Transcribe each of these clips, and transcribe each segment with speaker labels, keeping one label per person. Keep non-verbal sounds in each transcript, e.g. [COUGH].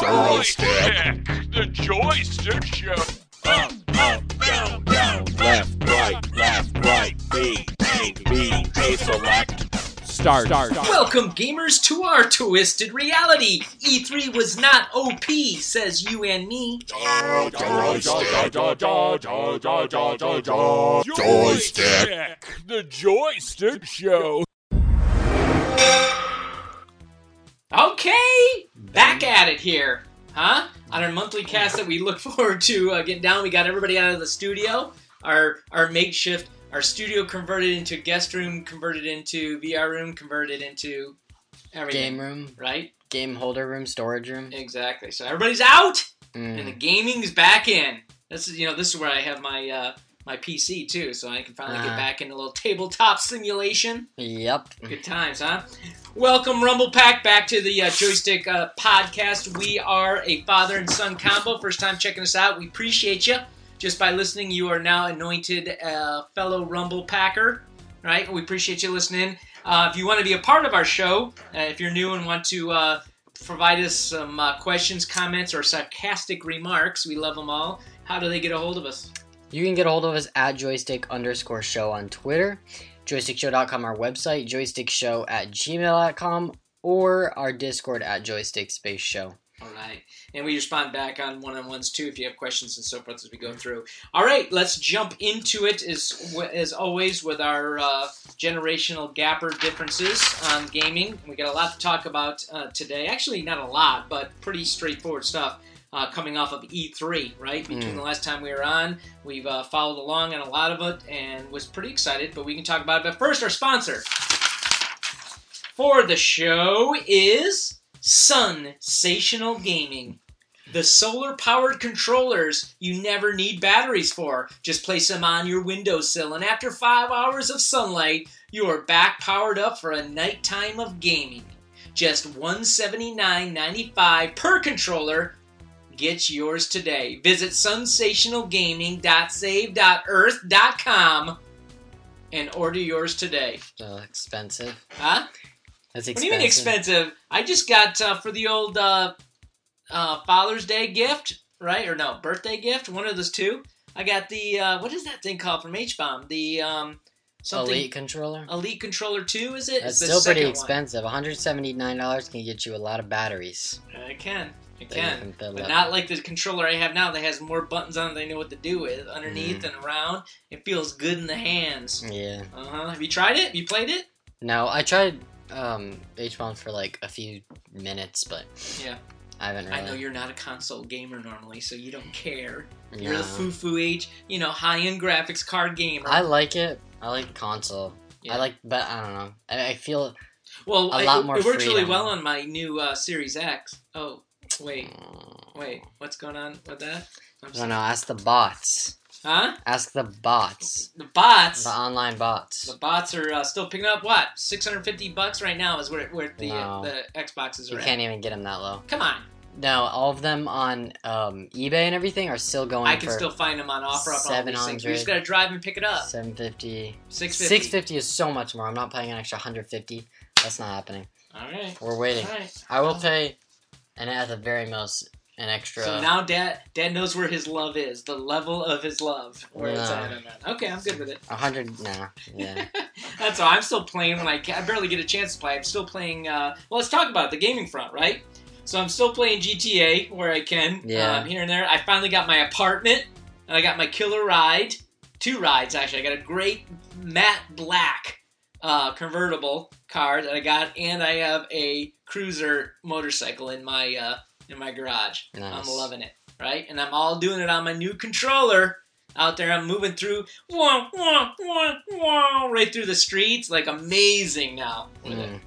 Speaker 1: Joystick. The joystick show. Up, up, down, down. Left, right, left, right. B, A, B, A select. Start. Start.
Speaker 2: Welcome, gamers, to our twisted reality. E3 was not OP, says you and me.
Speaker 1: Joystick. The joystick show.
Speaker 2: Okay, back at it here, huh? On our monthly cast that we look [LAUGHS] forward to uh, getting down, we got everybody out of the studio. Our our makeshift, our studio converted into guest room, converted into VR room, converted into everything.
Speaker 3: Game room,
Speaker 2: Right?
Speaker 3: game holder room, storage room.
Speaker 2: Exactly. So everybody's out, and the
Speaker 3: Mm.
Speaker 2: gaming's back in. This is you know this is where I have my uh, my PC too, so I can finally get
Speaker 3: Ah.
Speaker 2: back into a little tabletop simulation.
Speaker 3: Yep.
Speaker 2: Good times, huh? Welcome, Rumble Pack, back to the uh, Joystick uh, Podcast. We are a father and son combo. First time checking us out. We appreciate you. Just by listening, you are now anointed uh, fellow Rumble Packer. Right? We appreciate you listening. Uh, if you want to be a part of our show, uh, if you're new and want to uh, provide us some uh, questions, comments, or sarcastic remarks, we love them all. How do they get a hold of us?
Speaker 3: You can get a hold of us at joystick underscore show on Twitter, joystickshow.com, our website, joystickshow at gmail.com, or our Discord at joystick space show.
Speaker 2: All right. And we respond back on one on ones too if you have questions and so forth as we go through. All right, let's jump into it as, as always with our uh, generational gapper differences on gaming. We got a lot to talk about uh, today. Actually, not a lot, but pretty straightforward stuff. Uh, coming off of E3, right? Between
Speaker 3: Mm.
Speaker 2: the last time we were on, we've uh, followed along on a lot of it and was pretty excited, but we can talk about it. But first, our sponsor for the show is Sensational Gaming. The solar powered controllers you never need batteries for. Just place them on your windowsill, and after five hours of sunlight, you are back powered up for a nighttime of gaming. Just $179.95 per controller. Get yours today. Visit sensationalgaming.save.earth.com and order yours today.
Speaker 3: So expensive.
Speaker 2: Huh?
Speaker 3: That's
Speaker 2: What
Speaker 3: expensive.
Speaker 2: do you mean expensive? I just got uh, for the old uh, uh, Father's Day gift, right? Or no, birthday gift, one of those two. I got the uh, what is that thing called from H Bomb? The um, something
Speaker 3: Elite controller?
Speaker 2: Elite Controller Two, is it?
Speaker 3: That's
Speaker 2: It's the
Speaker 3: still pretty
Speaker 2: second one.
Speaker 3: expensive. $179 can get you a lot of batteries.
Speaker 2: I can, I
Speaker 3: that you
Speaker 2: can,
Speaker 3: can fill
Speaker 2: but
Speaker 3: up.
Speaker 2: not like the controller I have now that has more buttons on it than I know what to do with underneath
Speaker 3: Mm-hmm.
Speaker 2: and around. It feels good in the hands.
Speaker 3: Yeah.
Speaker 2: Uh huh. Have you tried it? Have you played it?
Speaker 3: No, I tried um, H-Bomb for like a few minutes, but
Speaker 2: Yeah.
Speaker 3: I haven't really.
Speaker 2: I know you're not a console gamer normally, so you don't care. You're the
Speaker 3: No.
Speaker 2: foo foo age, you know, high end graphics card gamer.
Speaker 3: I like it. I like console.
Speaker 2: Yeah.
Speaker 3: I like, but I don't know. I, I feel
Speaker 2: well,
Speaker 3: a
Speaker 2: it-
Speaker 3: lot more
Speaker 2: it works really
Speaker 3: freedom.
Speaker 2: well on my new uh, Series X. Oh, wait, wait, what's going on with that? I'm
Speaker 3: uh, I don't know. Ask the bots.
Speaker 2: Huh?
Speaker 3: Ask the bots.
Speaker 2: The bots.
Speaker 3: The online
Speaker 2: The
Speaker 3: bots.
Speaker 2: bots are uh, still picking up what 650 bucks right now is where where the uh,
Speaker 3: No.
Speaker 2: the Xboxes
Speaker 3: You
Speaker 2: are at.
Speaker 3: can't even get them that low.
Speaker 2: Come on,
Speaker 3: No, all of them on um, eBay and everything are still going
Speaker 2: I can
Speaker 3: for
Speaker 2: still find them on offer up on all these things.
Speaker 3: 700.
Speaker 2: You just gotta drive and pick it up.
Speaker 3: 750.
Speaker 2: 650.
Speaker 3: 650 is so much more. I'm not paying an extra 150. That's not happening.
Speaker 2: All right.
Speaker 3: We're waiting.
Speaker 2: All right.
Speaker 3: I will pay, and at the very most, an extra.
Speaker 2: So now dad dad knows where his love is, the level of his love, where it's
Speaker 3: No.
Speaker 2: at. on that. Okay, I'm good with it.
Speaker 3: 100. Nah. Yeah.
Speaker 2: That's all. I'm still playing when I ca- I barely get a chance to play. I'm still playing. Uh, well, let's talk about the gaming front, right? So I'm still playing GTA where I can.
Speaker 3: Yeah.
Speaker 2: Um, here and there. I finally got my apartment, and I got my killer ride. Two rides actually. I got a great matte black uh, convertible car that I got, and I have a cruiser motorcycle in my uh, in my garage.
Speaker 3: Nice.
Speaker 2: I'm loving it, right? And I'm all doing it on my new controller out there. I'm moving through, wah, wah, wah, wah, right through the streets. Like amazing now. With it.
Speaker 3: Mm.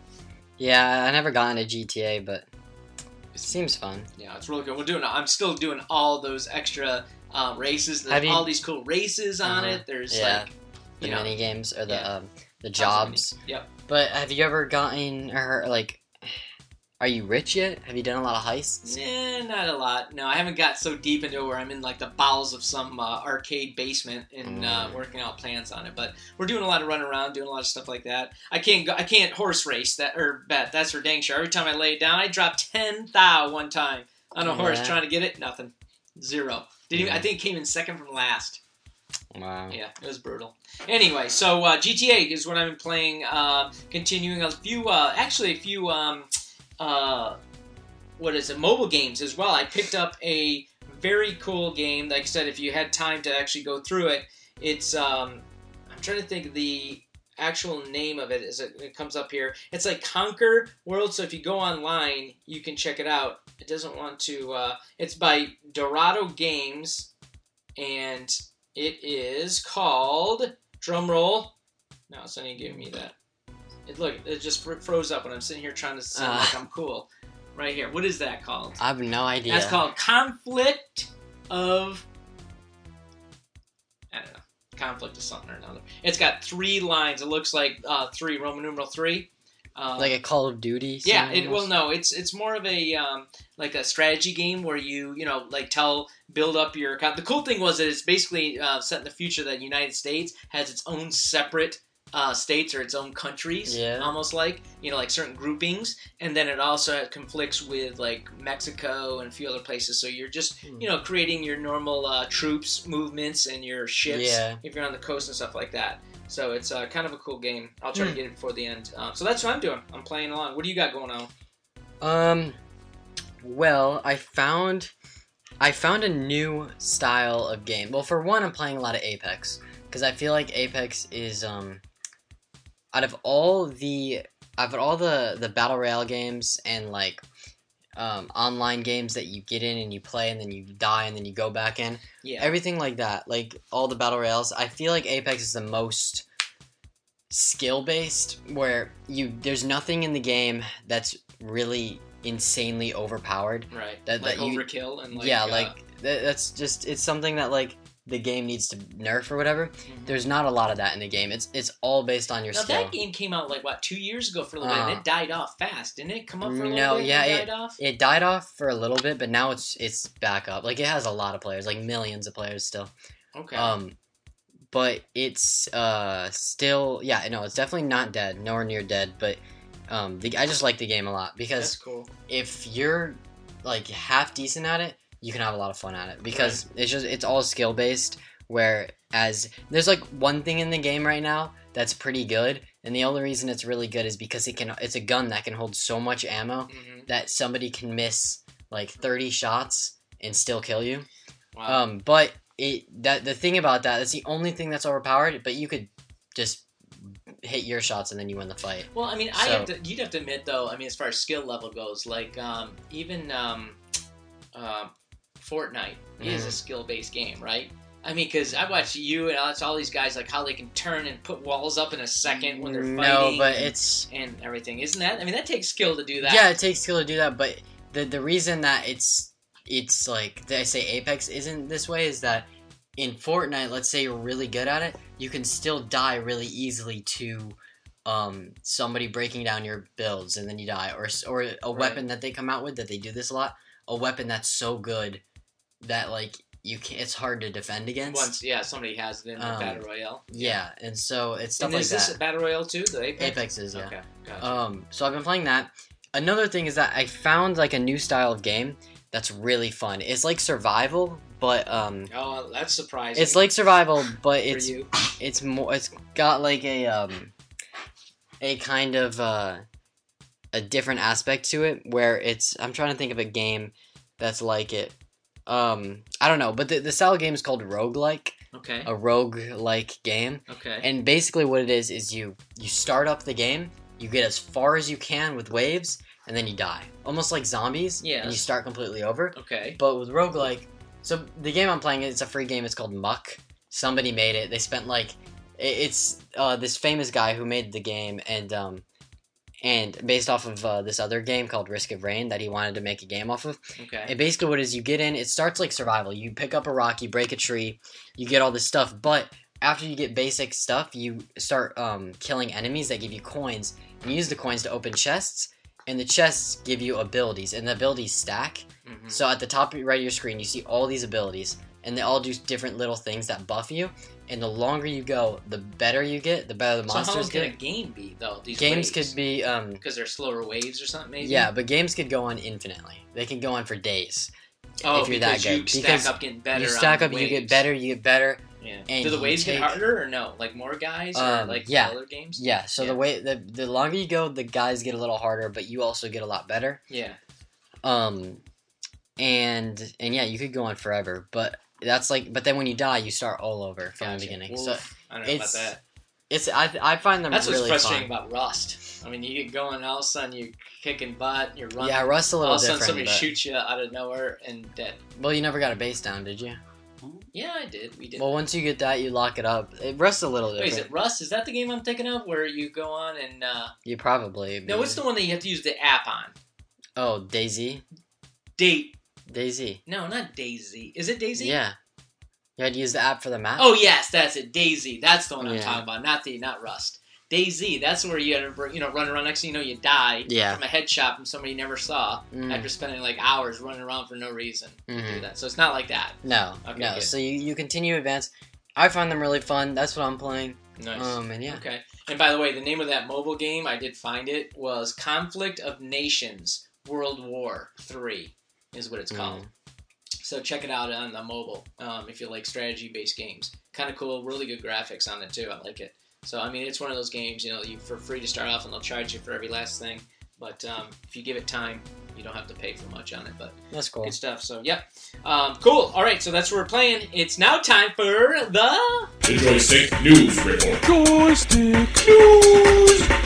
Speaker 3: Yeah, I never got into GTA, but it seems fun.
Speaker 2: Yeah, it's really good. We're doing. I'm still doing all those extra uh, races. There's
Speaker 3: Have you-
Speaker 2: all these cool races on
Speaker 3: Uh-huh.
Speaker 2: it. There's
Speaker 3: Yeah.
Speaker 2: like,
Speaker 3: the
Speaker 2: you know,
Speaker 3: mini games or the
Speaker 2: yeah.
Speaker 3: um, the
Speaker 2: tons of
Speaker 3: jobs.
Speaker 2: mini- Yep.
Speaker 3: But have you ever gotten or like? Are you rich yet? Have you done a lot of heists?
Speaker 2: Nah, not a lot. No, I haven't got so deep into it where I'm in like the bowels of some uh, arcade basement and uh,
Speaker 3: Mm.
Speaker 2: working out plans on it. But we're doing a lot of run around, doing a lot of stuff like that. I can't go, I can't horse race that or bet. That's for dang sure. Every time I lay it down, I dropped ten thou one time on a horse
Speaker 3: Yeah. Mm.
Speaker 2: trying to get it. Nothing, zero. Didn't even, I
Speaker 3: Yeah.
Speaker 2: think it came in second from last.
Speaker 3: Wow.
Speaker 2: Yeah, it was brutal. Anyway, so uh, GTA is what I've been playing. Uh, continuing a few, uh, actually a few, um, uh, what is it? Mobile games as well. I picked up a very cool game. Like I said, if you had time to actually go through it, it's. Um, I'm trying to think of the actual name of it as it, it comes up here. It's like Conquer World. So if you go online, you can check it out. It doesn't want to. Uh, it's by Dorado Games, and it is called drumroll. No, it's not even giving me that. It look, it just fr- froze up when I'm sitting here trying to sound
Speaker 3: Ah.
Speaker 2: like I'm cool. Right here, what is that called?
Speaker 3: I have no idea.
Speaker 2: That's called conflict of. I don't know. Conflict of something or another. It's got three lines. It looks like uh, three Roman numeral three. Uh,
Speaker 3: like a Call of Duty.
Speaker 2: yeah,
Speaker 3: something
Speaker 2: it, well,
Speaker 3: else?
Speaker 2: no, it's it's more of a um, like a strategy game where you you know like tell build up your account. The cool thing was that it's basically uh, set in the future that the United States has its own separate uh, states or its own countries,
Speaker 3: Yeah.
Speaker 2: almost like you know like certain groupings, and then it also conflicts with like Mexico and a few other places. So you're just
Speaker 3: Hmm.
Speaker 2: you know creating your normal uh, troops movements and your ships
Speaker 3: Yeah.
Speaker 2: if you're on the coast and stuff like that. So it's uh, kind of a cool game. I'll try
Speaker 3: Hmm.
Speaker 2: to get it before the end. Um, so that's what I'm doing. I'm playing along. What do you got going on?
Speaker 3: Um, well, I found I found a new style of game. Well, for one, I'm playing a lot of Apex because I feel like Apex is um out of all the out of all the the battle royale games and like um, online games that you get in and you play and then you die and then you go back in
Speaker 2: Yeah.
Speaker 3: everything like that like all the battle royales i feel like apex is the most skill based where you there's nothing in the game that's really insanely overpowered
Speaker 2: right.
Speaker 3: that-
Speaker 2: like
Speaker 3: that you-
Speaker 2: overkill and like
Speaker 3: yeah
Speaker 2: uh,
Speaker 3: like tha- that's just it's something that like the game needs to nerf or whatever
Speaker 2: mhm.
Speaker 3: there's not a lot of that in the game it's it's all based on your
Speaker 2: Now
Speaker 3: skill
Speaker 2: that game came out like what two years ago for a little bit, and
Speaker 3: Uh,
Speaker 2: it died off fast, didn't it? Come up for a little
Speaker 3: no,
Speaker 2: bit, and
Speaker 3: yeah,
Speaker 2: died off.
Speaker 3: it died off for a little bit but now it's it's back up like it has a lot of players like millions of players still
Speaker 2: Okay,
Speaker 3: Um, but it's uh still yeah no it's definitely not dead nowhere near dead but um the, I just like the game a lot
Speaker 2: that's
Speaker 3: because
Speaker 2: cool.
Speaker 3: if you're like half decent at it you can have a lot of fun at it because it's just it's all skill based whereas there's like one thing in the game right now that's pretty good and the only reason it's really good is because it can it's a gun that can hold so much ammo
Speaker 2: hmm
Speaker 3: that somebody can miss like 30 shots and still kill you
Speaker 2: Wow.
Speaker 3: um, but it that the thing about that that's the only thing that's overpowered. But you could just hit your shots and then you win the fight.
Speaker 2: well, I mean, I
Speaker 3: so-
Speaker 2: have to. You'd have to admit though. I mean, as far as skill level goes, like um, even um, uh, Fortnite
Speaker 3: Mm.
Speaker 2: is a skill based game, right? I mean, because I watch you and that's all these guys like how they can turn and put walls up in a second when they're fighting.
Speaker 3: no, but
Speaker 2: and-
Speaker 3: it's
Speaker 2: and everything, isn't that? I mean, that takes skill to do that.
Speaker 3: yeah, it takes skill to do that. But the the reason that it's it's like did I say Apex isn't this way is that in Fortnite, let's say you're really good at it, you can still die really easily to um somebody breaking down your builds and then you die or s- or a
Speaker 2: Right.
Speaker 3: weapon that they come out with that they do this a lot a weapon that's so good that like you can it's hard to defend against
Speaker 2: Once, yeah, somebody has it in the
Speaker 3: Um,
Speaker 2: battle royale.
Speaker 3: yeah and so it's stuff
Speaker 2: And
Speaker 3: like
Speaker 2: is this
Speaker 3: that
Speaker 2: a battle royale too? The Apex.
Speaker 3: apex is yeah
Speaker 2: Okay, gotcha.
Speaker 3: um so i've been playing that another thing is that i found like a new style of game that's really fun it's like survival but um
Speaker 2: oh, that's surprising.
Speaker 3: it's like survival but
Speaker 2: for
Speaker 3: it's
Speaker 2: you.
Speaker 3: it's more it's got like a um a kind of uh a different aspect to it where it's i'm trying to think of a game that's like it um i don't know but the, the style of game is called roguelike
Speaker 2: Okay.
Speaker 3: a roguelike game
Speaker 2: Okay.
Speaker 3: and basically what it is is you you start up the game you get as far as you can with waves and then you die almost like zombies and you
Speaker 2: Yes.
Speaker 3: start completely over
Speaker 2: okay.
Speaker 3: but with roguelike, so the game I'm playing, it's a free game. It's called Muck. Somebody made it. They spent like, i- it's uh, this famous guy who made the game, and um, and based off of uh, this other game called Risk of Rain that he wanted to make a game off of.
Speaker 2: Okay.
Speaker 3: And basically, what it is you get in, it starts like survival. You pick up a rock, you break a tree, you get all this stuff. But after you get basic stuff, you start um, killing enemies that give you coins, and you use the coins to open chests. and the chests give you abilities, and the abilities stack.
Speaker 2: Mhm.
Speaker 3: So at the top right of your screen, you see all these abilities, and they all do different little things that buff you. And the longer you go, the better you get, the better the
Speaker 2: So how long
Speaker 3: monsters
Speaker 2: can a
Speaker 3: get.
Speaker 2: game be though? These
Speaker 3: Games could be, um,
Speaker 2: because they're slower waves or something. Maybe.
Speaker 3: yeah, but games could go on infinitely. They can go on for days.
Speaker 2: Oh,
Speaker 3: if you're that
Speaker 2: because
Speaker 3: good.
Speaker 2: you stack
Speaker 3: Because
Speaker 2: up getting better.
Speaker 3: you
Speaker 2: on
Speaker 3: stack
Speaker 2: the
Speaker 3: up, you get
Speaker 2: waves.
Speaker 3: better, you get better.
Speaker 2: Yeah.
Speaker 3: and
Speaker 2: Do the
Speaker 3: you
Speaker 2: waves
Speaker 3: take-
Speaker 2: get harder or no? Like more guys or
Speaker 3: Um,
Speaker 2: like
Speaker 3: yeah.
Speaker 2: other games?
Speaker 3: Yeah. So
Speaker 2: Yeah.
Speaker 3: the way the the longer you go, the guys get a little harder, but you also get a lot better.
Speaker 2: Yeah.
Speaker 3: Um, and and yeah, you could go on forever, but that's like, but then when you die, you start all over from
Speaker 2: Gotcha.
Speaker 3: the beginning.
Speaker 2: Well,
Speaker 3: So
Speaker 2: I don't know about
Speaker 3: it's-
Speaker 2: that.
Speaker 3: it's I I find them
Speaker 2: That's what's
Speaker 3: really
Speaker 2: frustrating
Speaker 3: fun.
Speaker 2: about Rust. I mean, you get going, all of a sudden you're kicking butt, you're running.
Speaker 3: Yeah, Rust's a
Speaker 2: all
Speaker 3: little
Speaker 2: of a sudden
Speaker 3: different.
Speaker 2: somebody
Speaker 3: but-
Speaker 2: shoots you out of nowhere and dead.
Speaker 3: Well, you never got a base down, did you?
Speaker 2: Yeah, I did. We did.
Speaker 3: Well, once you get that, you lock it up. It Rust's a little
Speaker 2: Wait,
Speaker 3: different.
Speaker 2: is it Rust? Is that the game I'm thinking of where you go on and uh,
Speaker 3: You probably
Speaker 2: no? What's the one that you have to use the app on?
Speaker 3: oh Daisy
Speaker 2: Date?
Speaker 3: Daisy
Speaker 2: No, not Daisy. Is it Daisy?
Speaker 3: yeah. You had to use the app for the map.
Speaker 2: Oh yes, that's it. Daisy. That's the one I'm
Speaker 3: Yeah.
Speaker 2: talking about. Not the not Rust. Daisy. That's where you had to you know run around. Next thing you know, you die
Speaker 3: yeah.
Speaker 2: from a headshot from somebody you never saw
Speaker 3: Mm,
Speaker 2: after spending like hours running around for no reason. to
Speaker 3: mhm.
Speaker 2: Do that. So it's not like that.
Speaker 3: No,
Speaker 2: Okay,
Speaker 3: no.
Speaker 2: good.
Speaker 3: So you, you continue to advance. I find them really fun. That's what I'm playing.
Speaker 2: Nice.
Speaker 3: Um, and yeah,
Speaker 2: Okay. And by the way, the name of that mobile game I did find it was Conflict of Nations World War Three is what it's called.
Speaker 3: Mm.
Speaker 2: So check it out on the mobile um, if you like strategy-based games. Kind of cool, really good graphics on it too. I like it. So I mean, it's one of those games you know you for free to start off, and they'll charge you for every last thing. But um, if you give it time, you don't have to pay for much on it. But
Speaker 3: Mm, that's cool.
Speaker 2: good stuff. So yep, um, cool. All right, so that's what we're playing. It's now time for the
Speaker 1: The Joystick News Report.
Speaker 4: Joystick News.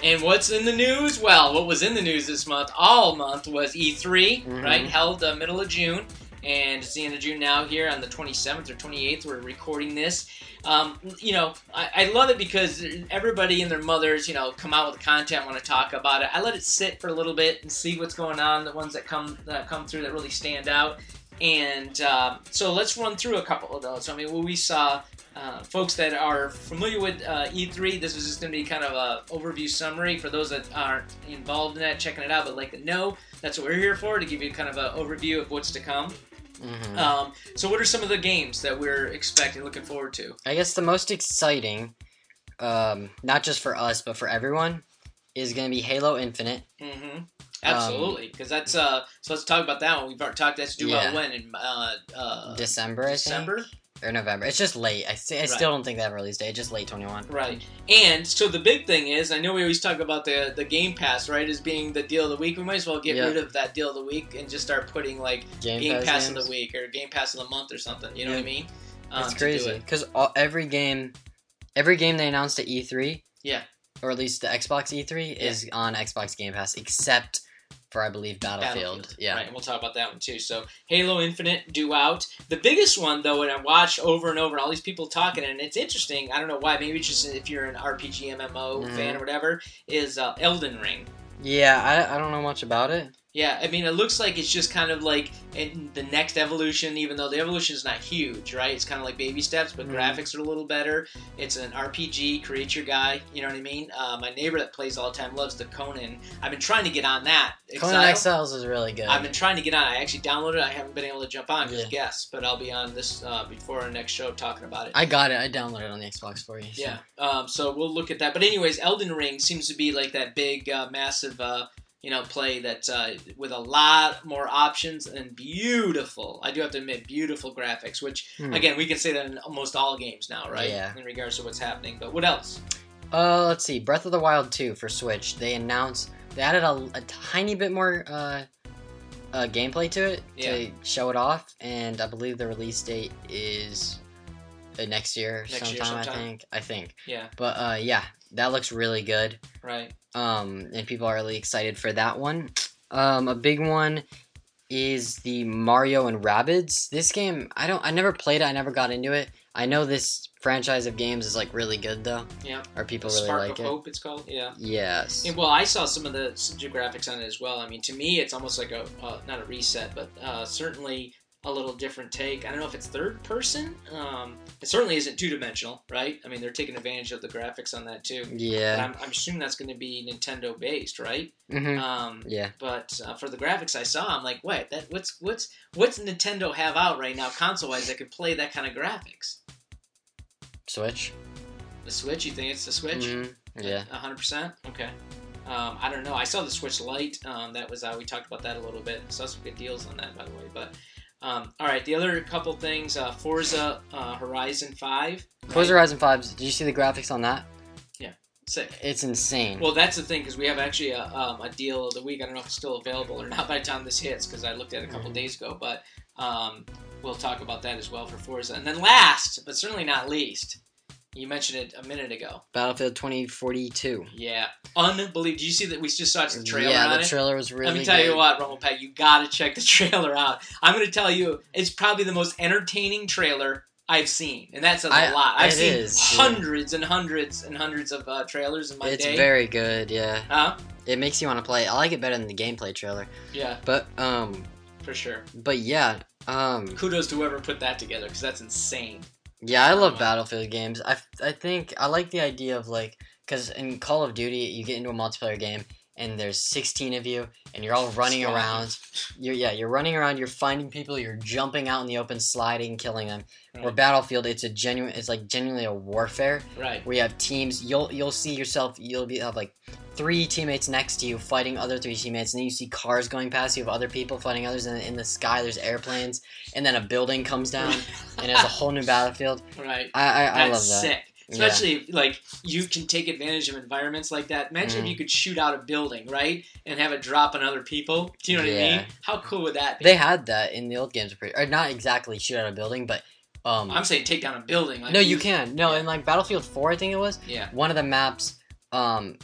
Speaker 2: and what's in the news? Well, what was in the news this month, all month, was E3,
Speaker 3: Mhm.
Speaker 2: right? Held uh, middle of June, and it's the end of June now. Here on the 27th or 28th, we're recording this. Um, you know, I, I love it because everybody and their mothers, you know, come out with content, want to talk about it. I let it sit for a little bit and see what's going on. The ones that come that come through that really stand out. And um so let's run through a couple of those. I mean, what we saw, uh, folks that are familiar with uh, E3, this is just going to be kind of a overview summary for those that aren't involved in that, checking it out, but like to know. That's what we're here for to give you kind of an overview of what's to come.
Speaker 3: Mhm.
Speaker 2: Um, so, what are some of the games that we're expecting, looking forward to?
Speaker 3: I guess the most exciting, um, not just for us but for everyone, is going to be Halo Infinite.
Speaker 2: Mm-hmm. Absolutely, because that's uh. So let's talk about that one. We've already talked. That's due
Speaker 3: Yeah.
Speaker 2: out when in uh, uh
Speaker 3: December, I think,
Speaker 2: December,
Speaker 3: or November. It's just late. I, s- I still don't think they have a release date. It's just late twenty one.
Speaker 2: right? And so the big thing is, I know we always talk about the the Game Pass, right, as being the deal of the week. We might as well get
Speaker 3: Yeah.
Speaker 2: rid of that deal of the week and just start putting like
Speaker 3: Game,
Speaker 2: Game, Pass of
Speaker 3: games.
Speaker 2: the week or Game Pass of the month or something. You know what I mean? Um,
Speaker 3: That's
Speaker 2: to do
Speaker 3: crazy
Speaker 2: it.
Speaker 3: because every game, every game they announced at E three,
Speaker 2: Yeah.
Speaker 3: or at least the Xbox E three
Speaker 2: Yeah.
Speaker 3: is on Xbox Game Pass, except for I believe Battlefield. Yeah,
Speaker 2: Right, and we'll talk about that one too. So Halo Infinite due out. The biggest one though, and I watched over and over, and all these people talking, and it's interesting. I don't know why. Maybe it's just if you're an RPG MMO
Speaker 3: Mhm.
Speaker 2: fan or whatever, is uh, Elden Ring.
Speaker 3: yeah. I, I don't know much about it.
Speaker 2: Yeah, I mean, it looks like it's just kind of like in the next evolution, even though the evolution is not huge, right? It's kind of like baby steps, but
Speaker 3: Mhm.
Speaker 2: graphics are a little better. It's an RPG, create your guy, you know what I mean? Uh, my neighbor that plays all the time loves the Conan. I've been trying to get on that.
Speaker 3: Conan Exiles is really good.
Speaker 2: I've been trying to get on. I actually downloaded it. I haven't been able to jump on because
Speaker 3: Yeah.
Speaker 2: guess, but I'll be on this uh, before our next show talking about it.
Speaker 3: I got it. I downloaded it on the Xbox for you. so-
Speaker 2: yeah. Um, so we'll look at that. But anyways, Elden Ring seems to be like that big, uh, massive, uh, you know, play that uh, with a lot more options and beautiful. I do have to admit, beautiful graphics. Which
Speaker 3: Hmm.
Speaker 2: again, we can say that in almost all games now, right?
Speaker 3: Yeah.
Speaker 2: In regards to what's happening. But what else?
Speaker 3: Uh, let's see. Breath of the Wild 2 for Switch. They announced they added a, a tiny bit more uh, uh, gameplay to it to show it off, and I believe the release date is uh, next year
Speaker 2: Next year
Speaker 3: sometime, I
Speaker 2: sometime.
Speaker 3: think. I think.
Speaker 2: Yeah.
Speaker 3: But uh, yeah, that looks really good.
Speaker 2: Right.
Speaker 3: Um, and people are really excited for that one. Um, a big one is the Mario and Rabbids. This game, I don't, I never played it. I never got into it. I know this franchise of games is like really good though.
Speaker 2: Yeah.
Speaker 3: Or people really
Speaker 2: Spark
Speaker 3: like
Speaker 2: of
Speaker 3: it.
Speaker 2: Hope. It's called. Yeah.
Speaker 3: Yes.
Speaker 2: Yeah, well, I saw some of the graphics on it as well. I mean, to me, it's almost like a uh, not a reset, but uh, certainly a little different take. I don't know if it's third person. Um, it certainly isn't two dimensional, right? I mean, they're taking advantage of the graphics on that too. But
Speaker 3: Yeah.
Speaker 2: I'm, I'm assuming that's going to be Nintendo based, right?
Speaker 3: hmm
Speaker 2: Um,
Speaker 3: Yeah.
Speaker 2: but uh, for the graphics I saw, I'm like, wait, that what's what's what's Nintendo have out right now console wise that could play that kind of graphics?
Speaker 3: Switch.
Speaker 2: The Switch? You think it's the Switch?
Speaker 3: Mhm. Yeah.
Speaker 2: A hundred percent. Okay. Um, I don't know. I saw the Switch Lite. Um, that was uh, we talked about that a little bit. Saw some good deals on that, by the way. But um, all right, the other couple things: uh, Forza uh, Horizon Five.
Speaker 3: Forza Horizon 5, did you see the graphics on that?
Speaker 2: Sick.
Speaker 3: It's insane.
Speaker 2: Well, that's the thing because we have actually a, um, a deal of the week. I don't know if it's still available or [LAUGHS] not by the time this hits because I looked at it a couple
Speaker 3: Mhm.
Speaker 2: days ago. But um, we'll talk about that as well for Forza. And then last, but certainly not least, you mentioned it a minute ago.
Speaker 3: Battlefield 2042.
Speaker 2: Yeah, unbelievable. Did you see that? We just saw the trailer.
Speaker 3: yeah,
Speaker 2: on
Speaker 3: the
Speaker 2: it?
Speaker 3: trailer was really
Speaker 2: Let me tell
Speaker 3: good.
Speaker 2: you what, Rumble Pack, you gotta check the [LAUGHS] trailer out. I'm gonna tell you, it's probably the most entertaining trailer I've seen, and that says a
Speaker 3: I-
Speaker 2: lot. I've
Speaker 3: it
Speaker 2: seen
Speaker 3: is, yeah.
Speaker 2: hundreds and hundreds and hundreds of uh, trailers in my
Speaker 3: It's
Speaker 2: day.
Speaker 3: very good, yeah.
Speaker 2: huh?
Speaker 3: It makes you want to play. it. I like it better than the gameplay trailer.
Speaker 2: Yeah,
Speaker 3: But um
Speaker 2: for sure.
Speaker 3: but yeah, um
Speaker 2: Kudos to whoever put that together, because that's insane.
Speaker 3: Yeah, I love
Speaker 2: Um,
Speaker 3: Battlefield games. I, I think I like the idea of like because in Call of Duty you get into a multiplayer game and there's 16 of you and you're all running
Speaker 2: Sliding.
Speaker 3: around. You're yeah, you're running around. You're finding people. You're jumping out in the open, sliding, killing them. Where
Speaker 2: Right.
Speaker 3: Battlefield, it's a genuine. It's like genuinely a warfare
Speaker 2: Right.
Speaker 3: where you have teams. You'll you'll see yourself. You'll be have like three teammates next to you fighting other three teammates, and then you see cars going past you of other people fighting others, and in the sky there's airplanes, and then a building comes down, and it's a whole new battlefield.
Speaker 2: Right.
Speaker 3: I I, I love
Speaker 2: That's
Speaker 3: that.
Speaker 2: sick.
Speaker 3: Yeah.
Speaker 2: Especially if, like you can take advantage of environments like that. Imagine
Speaker 3: Mhm.
Speaker 2: if you could shoot out a building, right, and have it drop on other people. Do you know what I mean?
Speaker 3: Yeah.
Speaker 2: How cool would that be?
Speaker 3: They had that in the old games, pretty, or not exactly shoot out a building, but um.
Speaker 2: I'm saying take down a building. Like
Speaker 3: no, you can. No,
Speaker 2: yeah.
Speaker 3: in like Battlefield Four, I think it was
Speaker 2: Yeah.
Speaker 3: one of the maps. Um,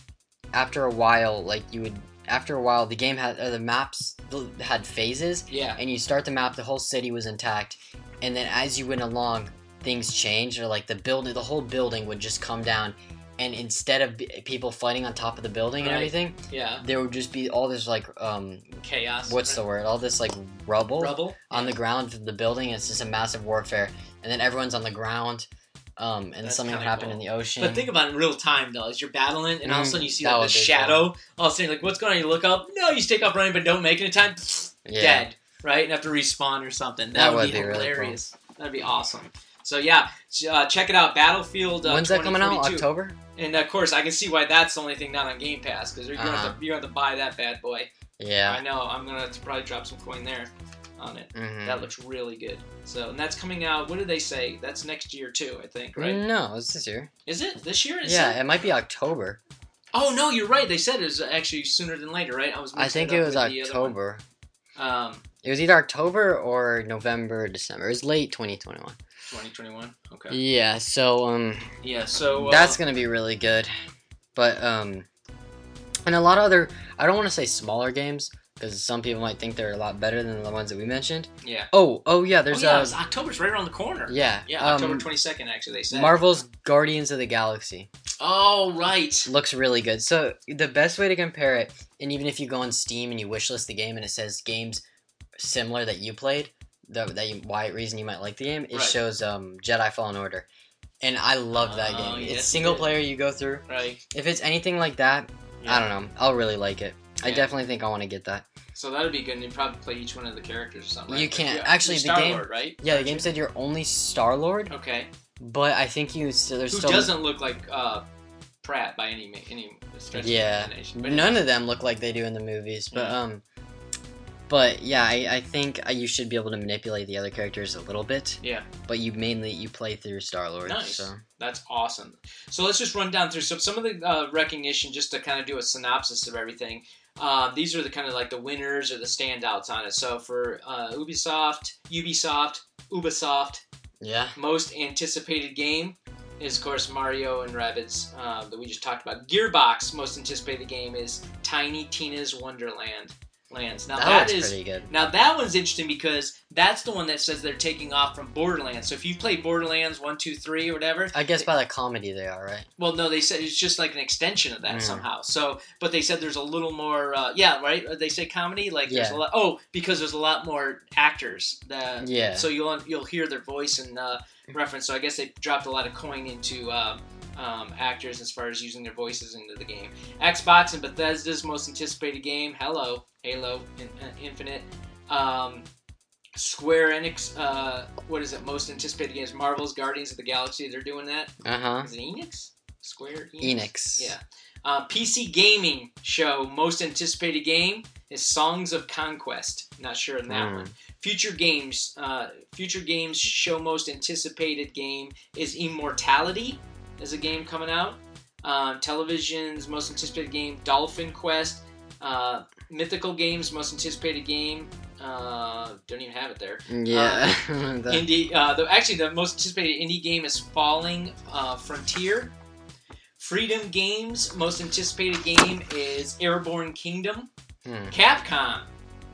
Speaker 3: after a while, like you would, after a while, the game had or the maps l- had phases,
Speaker 2: Yeah.
Speaker 3: and you start the map, the whole city was intact, and then as you went along, things changed, or like the building, the whole building would just come down, and instead of b- people fighting on top of the building
Speaker 2: Right.
Speaker 3: and everything,
Speaker 2: Yeah.
Speaker 3: there would just be all this like um,
Speaker 2: Chaos.
Speaker 3: what's the word? All this like rubble.
Speaker 2: rubble?
Speaker 3: on the ground of the building. It's just a massive warfare, and then everyone's on the ground, um, and
Speaker 2: That's
Speaker 3: something
Speaker 2: kinda
Speaker 3: happened in
Speaker 2: cool.
Speaker 3: the ocean.
Speaker 2: But think about it in real time though, as you're battling, and all of a
Speaker 3: Mm,
Speaker 2: sudden you see
Speaker 3: that
Speaker 2: like,
Speaker 3: would
Speaker 2: the
Speaker 3: be cool.
Speaker 2: shadow. All of a sudden, you're like, what's going on? You look up. No, you stick up running, but don't make it in time.
Speaker 3: yeah.
Speaker 2: Dead. Right, and have to respawn or something. That, would, be,
Speaker 3: really cool.
Speaker 2: hilarious. That'd be awesome. So yeah, ch- uh, check it out. Battlefield. Uh,
Speaker 3: When's that coming out?
Speaker 2: 2042.
Speaker 3: October.
Speaker 2: And of course, I can see why that's the only thing not on Game Pass because you're gonna have
Speaker 3: Uh-huh.
Speaker 2: to you're gonna have to buy that bad boy. I
Speaker 3: Yeah.
Speaker 2: know. I'm gonna have to probably drop some coin there on it.
Speaker 3: Mhm.
Speaker 2: That looks really good. So, and that's coming out. What did they say? That's next year too, I think. Right?
Speaker 3: No, it's this year.
Speaker 2: Is it this year? Is
Speaker 3: Hmm. yeah,
Speaker 2: It?
Speaker 3: it might be October.
Speaker 2: Oh no, you're right. They said it was actually sooner than later, right? I was.
Speaker 3: I
Speaker 2: mixing
Speaker 3: think
Speaker 2: up
Speaker 3: it was
Speaker 2: with the other one.
Speaker 3: October.
Speaker 2: Um,
Speaker 3: It was either October or November, or December. It was late 2021.
Speaker 2: 2021. Okay.
Speaker 3: Yeah, so um,
Speaker 2: Yeah. So uh,
Speaker 3: that's gonna be really good. But um, and a lot of other. I don't want to say smaller games because some people might think they're a lot better than the ones that we mentioned.
Speaker 2: yeah.
Speaker 3: Oh, oh yeah,
Speaker 2: Oh,
Speaker 3: there's
Speaker 2: yeah,
Speaker 3: a
Speaker 2: it's- October's right around the corner.
Speaker 3: Yeah.
Speaker 2: Yeah,
Speaker 3: um,
Speaker 2: October 22nd. Actually, they said.
Speaker 3: Marvel's Guardians of the Galaxy
Speaker 2: oh right.
Speaker 3: looks really good. So the best way to compare it, and even if you go on Steam and you wishlist the game and it says games similar that you played, the, that you, why reason you might like the game, it
Speaker 2: Right.
Speaker 3: shows um, Jedi Fallen Order, and I love that
Speaker 2: Oh,
Speaker 3: game.
Speaker 2: yes,
Speaker 3: it's
Speaker 2: it
Speaker 3: single
Speaker 2: is.
Speaker 3: player. You go through.
Speaker 2: Right.
Speaker 3: If it's anything like that,
Speaker 2: Yeah.
Speaker 3: I don't know. I'll really like it. I
Speaker 2: Yeah.
Speaker 3: definitely think I want to get that.
Speaker 2: So that would be good. And you probably play each one of the characters or something.
Speaker 3: You
Speaker 2: right?
Speaker 3: can't-
Speaker 2: Like,
Speaker 3: actually,
Speaker 2: you're
Speaker 3: the game-
Speaker 2: Star-Lord, right?
Speaker 3: Yeah, the game said you're only Star Lord,
Speaker 2: Okay.
Speaker 3: but I think you still there's
Speaker 2: Who
Speaker 3: still
Speaker 2: doesn't look like uh, Pratt by any ma- any stretch
Speaker 3: Yeah.
Speaker 2: of the imagination? But
Speaker 3: None of them look like they do in the movies,
Speaker 2: Mm.
Speaker 3: but um, but yeah, I, I think uh, you should be able to manipulate the other characters a little bit.
Speaker 2: Yeah.
Speaker 3: But you mainly you play through Star Lord.
Speaker 2: Nice.
Speaker 3: So
Speaker 2: That's awesome. So let's just run down through so some of the uh, recognition, just to kind of do a synopsis of everything. Uh, these are the kind of like the winners or the standouts on it. So for uh, Ubisoft, Ubisoft, Ubisoft,
Speaker 3: yeah,
Speaker 2: most anticipated game is of course Mario and um, Rabbids uh, that we just talked about. Gearbox most anticipated game is Tiny Tina's Wonderland, Lands. Now
Speaker 3: That,
Speaker 2: that
Speaker 3: looks
Speaker 2: is
Speaker 3: pretty good.
Speaker 2: now that one's interesting because that's the one that says they're taking off from Borderlands. So if you play Borderlands one, two, three, or whatever,
Speaker 3: I guess by the comedy they are, right?
Speaker 2: well, no, they said it's just like an extension of that
Speaker 3: Mm.
Speaker 2: somehow. So, but they said there's a little more, uh, yeah, right? They say comedy, like there's a
Speaker 3: Yeah.
Speaker 2: lot. Oh, because there's a lot more actors. That,
Speaker 3: Yeah.
Speaker 2: So you'll you'll hear their voice and uh, reference. So I guess they dropped a lot of coin into um, um, actors as far as using their voices into the game. Xbox and Bethesda's most anticipated game, Hello, Halo in, uh, Infinite. Um, Square Enix, uh, what is it? Most anticipated games, Marvel's Guardians of the Galaxy. They're doing that.
Speaker 3: Uh huh.
Speaker 2: Is it Enix? Square
Speaker 3: Enix.
Speaker 2: Uh-huh. Yeah. Uh, PC gaming show most anticipated game is Songs of Conquest. Not sure on that
Speaker 3: Hmm.
Speaker 2: one. Future games, uh, future games show most anticipated game is Immortality. Is a game coming out. Um, television's most anticipated game, Dolphin Quest. Uh, Mythical Games most anticipated game. Uh, don't even have it there.
Speaker 3: Yeah. [LAUGHS] That-
Speaker 2: Indie, uh, the, actually, the most anticipated indie game is Falling uh, Frontier. Freedom Games' most anticipated game is Airborne Kingdom.
Speaker 3: hmm.
Speaker 2: Capcom,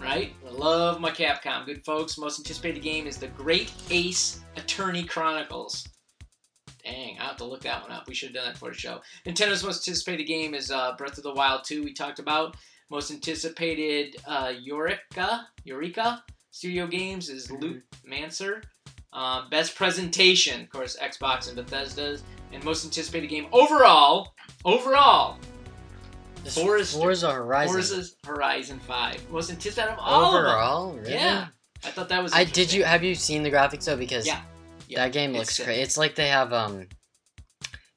Speaker 2: right? I love my Capcom. Good folks. Most anticipated game is The Great Ace Attorney Chronicles. Dang, I have to look that one up. We should have done that for the show. Nintendo's most anticipated game is uh, Breath of the Wild 2. We talked about most anticipated uh, Eureka Eureka Studio Games is
Speaker 3: Mhm.
Speaker 2: Luke Manser. Uh, best presentation, of course, Xbox and Bethesda's, and most anticipated game overall. Overall,
Speaker 3: This
Speaker 2: Forrest-
Speaker 3: Forza Horizon.
Speaker 2: Forza's Horizon Five. Most anticipated of all of them.
Speaker 3: Overall, really?
Speaker 2: Yeah. I thought that was.
Speaker 3: I did you
Speaker 2: interesting.
Speaker 3: have you seen the graphics though? Because
Speaker 2: Yeah. Yeah,
Speaker 3: that game
Speaker 2: it's
Speaker 3: looks
Speaker 2: sick.
Speaker 3: great. It's like they have um,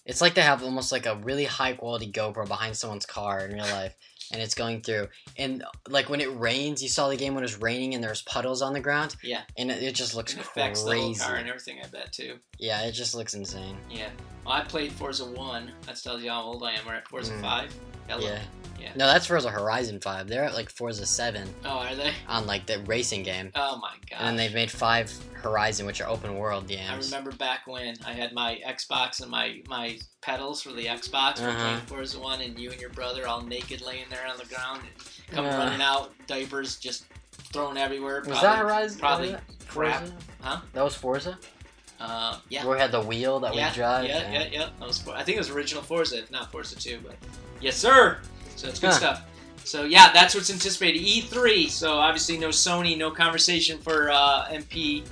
Speaker 3: it's like they have almost like a really high quality GoPro behind someone's car in real life, and it's going through. And like when it rains, you saw the game when it was raining and there was puddles on the ground.
Speaker 2: Yeah.
Speaker 3: and it, it just looks
Speaker 2: It affects the whole
Speaker 3: crazy.
Speaker 2: car and everything. I bet too.
Speaker 3: yeah, it just looks insane.
Speaker 2: Yeah. Well, I played Forza One. That tells you how old I am. We're at Forza
Speaker 3: Mm.
Speaker 2: Five. Hello.
Speaker 3: Yeah.
Speaker 2: Yeah.
Speaker 3: No, that's Forza Horizon Five. They're at like Forza Seven
Speaker 2: Oh, are they? [LAUGHS]
Speaker 3: on like the racing game,
Speaker 2: Oh my
Speaker 3: and then
Speaker 2: god.
Speaker 3: they've made five Horizon, which are open world
Speaker 2: I
Speaker 3: games.
Speaker 2: remember back when I had my Xbox and my my pedals for the Xbox for
Speaker 3: Uh-huh.
Speaker 2: playing Forza One, and you and your brother all naked laying there on the ground, and come
Speaker 3: Uh.
Speaker 2: running out, diapers just thrown everywhere.
Speaker 3: was
Speaker 2: probably-
Speaker 3: that Horizon?
Speaker 2: Probably
Speaker 3: was
Speaker 2: crap.
Speaker 3: Forza?
Speaker 2: Huh?
Speaker 3: That was Forza.
Speaker 2: Uh, yeah.
Speaker 3: Where we had the wheel that
Speaker 2: yeah,
Speaker 3: we drive.
Speaker 2: Yeah,
Speaker 3: and-
Speaker 2: yeah, yeah. That was, I think it was original Forza, if not Forza 2, but yes, sir. So it's good
Speaker 3: Huh.
Speaker 2: stuff. So yeah, that's what's anticipated. E3. So obviously no Sony, no conversation for uh, MP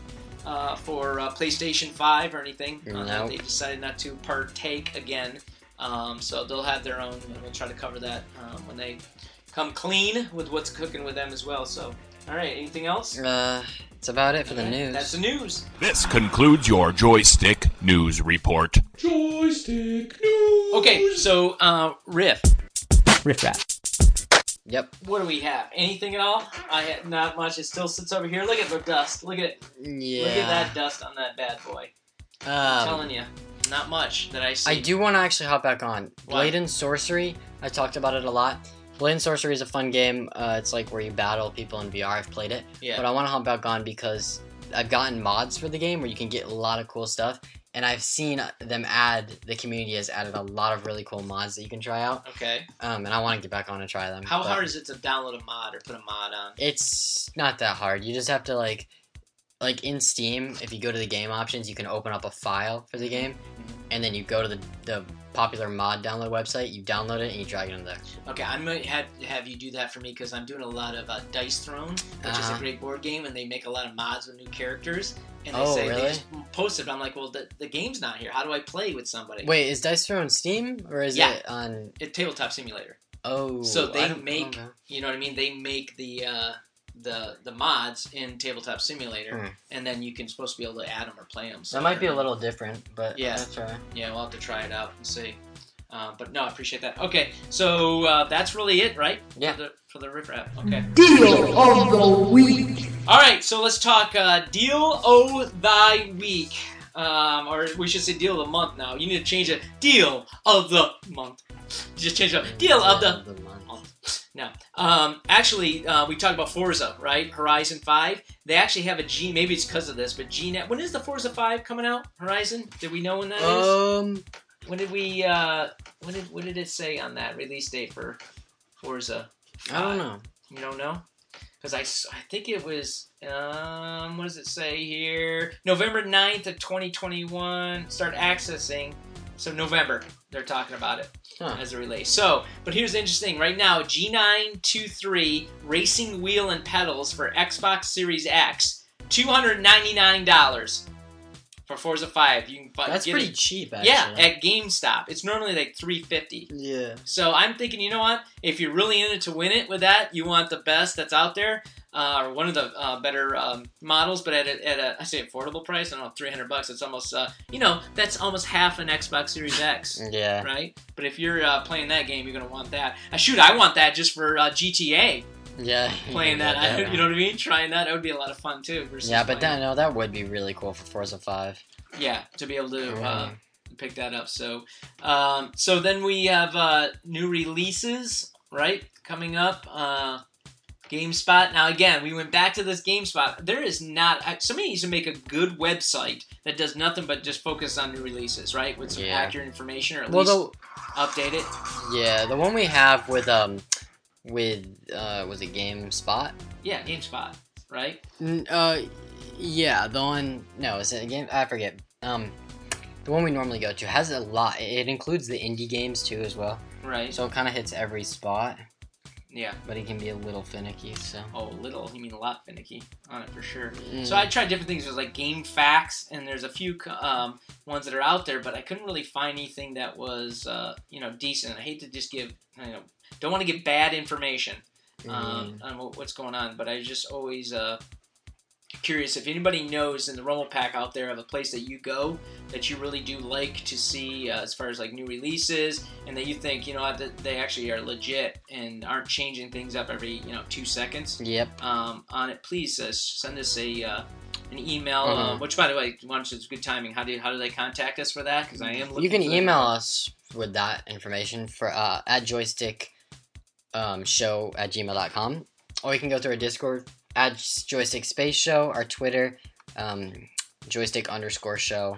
Speaker 2: uh, for uh, PlayStation 5 or anything. Uh,
Speaker 3: Nope.
Speaker 2: they decided not to partake again. Um, so they'll have their own. I'm gonna try to cover that um, when they come clean with what's cooking with them as well. So all right, anything else?
Speaker 3: Uh, that's about it for the
Speaker 2: All right,
Speaker 3: news.
Speaker 2: That's the news.
Speaker 1: This concludes your joystick news report.
Speaker 4: Joystick news.
Speaker 2: Okay, so uh, riff. Riff rap.
Speaker 3: yep.
Speaker 2: What do we have? Anything at all? I ha not much. It still sits over here. Look at the dust. Look at it.
Speaker 3: Yeah.
Speaker 2: Look at that dust on that bad boy. I'm
Speaker 3: Um,
Speaker 2: telling you, not much that I see.
Speaker 3: I do want to actually hop back on
Speaker 2: What?
Speaker 3: Blade and Sorcery. I talked about it a lot. Blade and Sorcery is a fun game. Uh, it's like where you battle people in VR. I've played it, but
Speaker 2: Yeah.
Speaker 3: I want to hop back on because I've gotten mods for the game where you can get a lot of cool stuff, and I've seen them add. The community has added a lot of really cool mods that you can try out.
Speaker 2: Okay.
Speaker 3: Um, and I want to get back on and try them.
Speaker 2: How
Speaker 3: but-
Speaker 2: hard is it to download a mod or put a mod on?
Speaker 3: It's not that hard. You just have to like like in Steam, if you go to the game options, you can open up a file for the game and then you go to the the popular mod download website, you download it and you drag it in there.
Speaker 2: Okay, I might have have you do that for me because I'm doing a lot of uh, Dice Throne, which is a
Speaker 3: Uh-huh.
Speaker 2: great board game, and they make a lot of mods with new characters. And they
Speaker 3: Oh,
Speaker 2: say they
Speaker 3: really?
Speaker 2: just post it. But I'm like, well, the, the game's not here. How do I play with somebody?
Speaker 3: Wait, is Dice Throw on Steam or is
Speaker 2: Yeah.
Speaker 3: it on
Speaker 2: It Tabletop Simulator.
Speaker 3: Oh
Speaker 2: So
Speaker 3: I
Speaker 2: they
Speaker 3: don't-
Speaker 2: make-
Speaker 3: okay.
Speaker 2: You know what I mean? They make the uh, the the mods in Tabletop Simulator,
Speaker 3: Hmm.
Speaker 2: and then you can supposed to be able to add them or play them. So
Speaker 3: That might be a little different, but
Speaker 2: Yeah.
Speaker 3: yeah, that's all right.
Speaker 2: Yeah, we'll have to try it out and see. Uh, but no, I appreciate that. Okay, so uh, that's really it, right?
Speaker 3: Yeah.
Speaker 2: For the, for the riff rap. Okay.
Speaker 4: Deal of the week.
Speaker 2: All right, so let's talk uh, deal o thy week, um, or we should say deal of the month now. You need to change it. Deal of the month. Just change it. [LAUGHS] Deal of the
Speaker 3: End month.
Speaker 2: No. Um, actually, uh, we talked about Forza, right? Horizon 5. They actually have a G, maybe it's because of this, but GNet. When is the Forza 5 coming out, Horizon? Did we know when that is?
Speaker 3: Um
Speaker 2: When did we, uh, when did, what did it say on that release date for Forza?
Speaker 3: I don't know.
Speaker 2: You don't know? because I, s- I think it was um what does it say here November 9th of 2021 start accessing so November they're talking about it
Speaker 3: Huh.
Speaker 2: as a relay so but here's the interesting right now G923 racing wheel and pedals for Xbox Series X $299 for Forza 5 you can fi-
Speaker 3: That's
Speaker 2: get
Speaker 3: pretty
Speaker 2: Uh, it
Speaker 3: cheap, actually.
Speaker 2: yeah at GameStop it's normally like 350
Speaker 3: yeah.
Speaker 2: so I'm thinking, you know what? If you're really in it to win it with that, you want the best that's out there, uh, or one of the uh, better um, models, but at a, at a I say affordable price. I don't know, 300 bucks. It's almost, uh, you know, that's almost half an Xbox Series X,
Speaker 3: Yeah.
Speaker 2: right? But if you're uh, playing that game, you're gonna want that. Uh, shoot, I want that just for uh, GTA
Speaker 3: Yeah.
Speaker 2: playing that.
Speaker 3: Yeah,
Speaker 2: [LAUGHS] I, you know what I mean? Trying that, that would be a lot of fun too. versus
Speaker 3: Yeah, but that
Speaker 2: playing-
Speaker 3: no, that would be really cool for Forza Five.
Speaker 2: yeah, to be able to. Uh,
Speaker 3: Yeah.
Speaker 2: pick that up. So, um, so then we have uh, new releases, right, coming up. Uh, GameSpot. Now, again, we went back to this GameSpot. There is not I- somebody needs to make a good website that does nothing but just focus on new releases, right, with some
Speaker 3: Yeah.
Speaker 2: accurate information or at
Speaker 3: Well,
Speaker 2: least
Speaker 3: the
Speaker 2: update it.
Speaker 3: yeah, the one we have with um with uh was it GameSpot?
Speaker 2: Yeah, GameSpot, right?
Speaker 3: N- uh, yeah, the one no, is it a game? I forget. Um, the one we normally go to has a lot. It includes the indie games too as well,
Speaker 2: Right.
Speaker 3: so it kind of hits every spot,
Speaker 2: Yeah.
Speaker 3: but it can be a little finicky. So
Speaker 2: Oh, little. You mean a lot finicky on it for sure.
Speaker 3: Mm,
Speaker 2: So I tried different things. There's like Game Facts, and there's a few um, ones that are out there, but I couldn't really find anything that was uh, you know decent. I hate to just give, you know, don't want to give bad information
Speaker 3: Mm.
Speaker 2: um, on what, what's going on, but I just always uh, curious if anybody knows in the Rumble Pack out there of a place that you go that you really do like to see uh, as far as like new releases, and that you think you know what, that they actually are legit and aren't changing things up every you know two seconds
Speaker 3: yep.
Speaker 2: um, on it, please uh, send us a uh, an email. uh
Speaker 3: Uh-huh.
Speaker 2: which, by the way, once it's good timing, how do how do they contact us for that? Because I am looking.
Speaker 3: You can
Speaker 2: for that.
Speaker 3: email us with that information for uh, at joystick um, show at gmail.com. Or you can go through our Discord at joystick space show, our Twitter, um, joystick underscore show,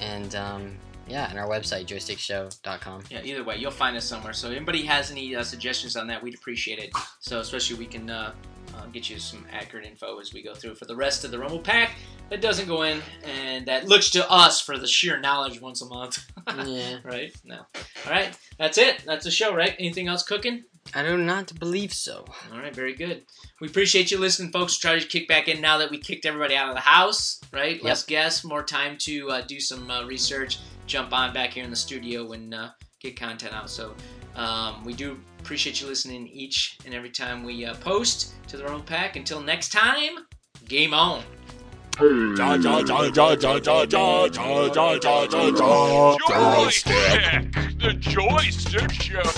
Speaker 3: and um, yeah, and our website, joystickshow.com.
Speaker 2: Yeah, either way, you'll find us somewhere. So, if anybody has any uh, suggestions on that, we'd appreciate it. So, especially we can uh, uh, get you some accurate info as we go through for the rest of the Rumble Pack that doesn't go in and that looks to us for the sheer knowledge once a month, [LAUGHS]
Speaker 3: yeah.
Speaker 2: right? No. All right, that's it. That's the show, right? Anything else cooking?
Speaker 3: I do not believe so.
Speaker 2: All right, very good. We appreciate you listening, folks. Try to kick back in now that we kicked everybody out of the house, right? Less guests, more time to uh, do some uh, research, jump on back here in the studio and uh, get content out. So um, we do appreciate you listening each and every time we uh, post to the Rumble Pack. Until next time, game on.
Speaker 1: Joystick. The Joystick Show.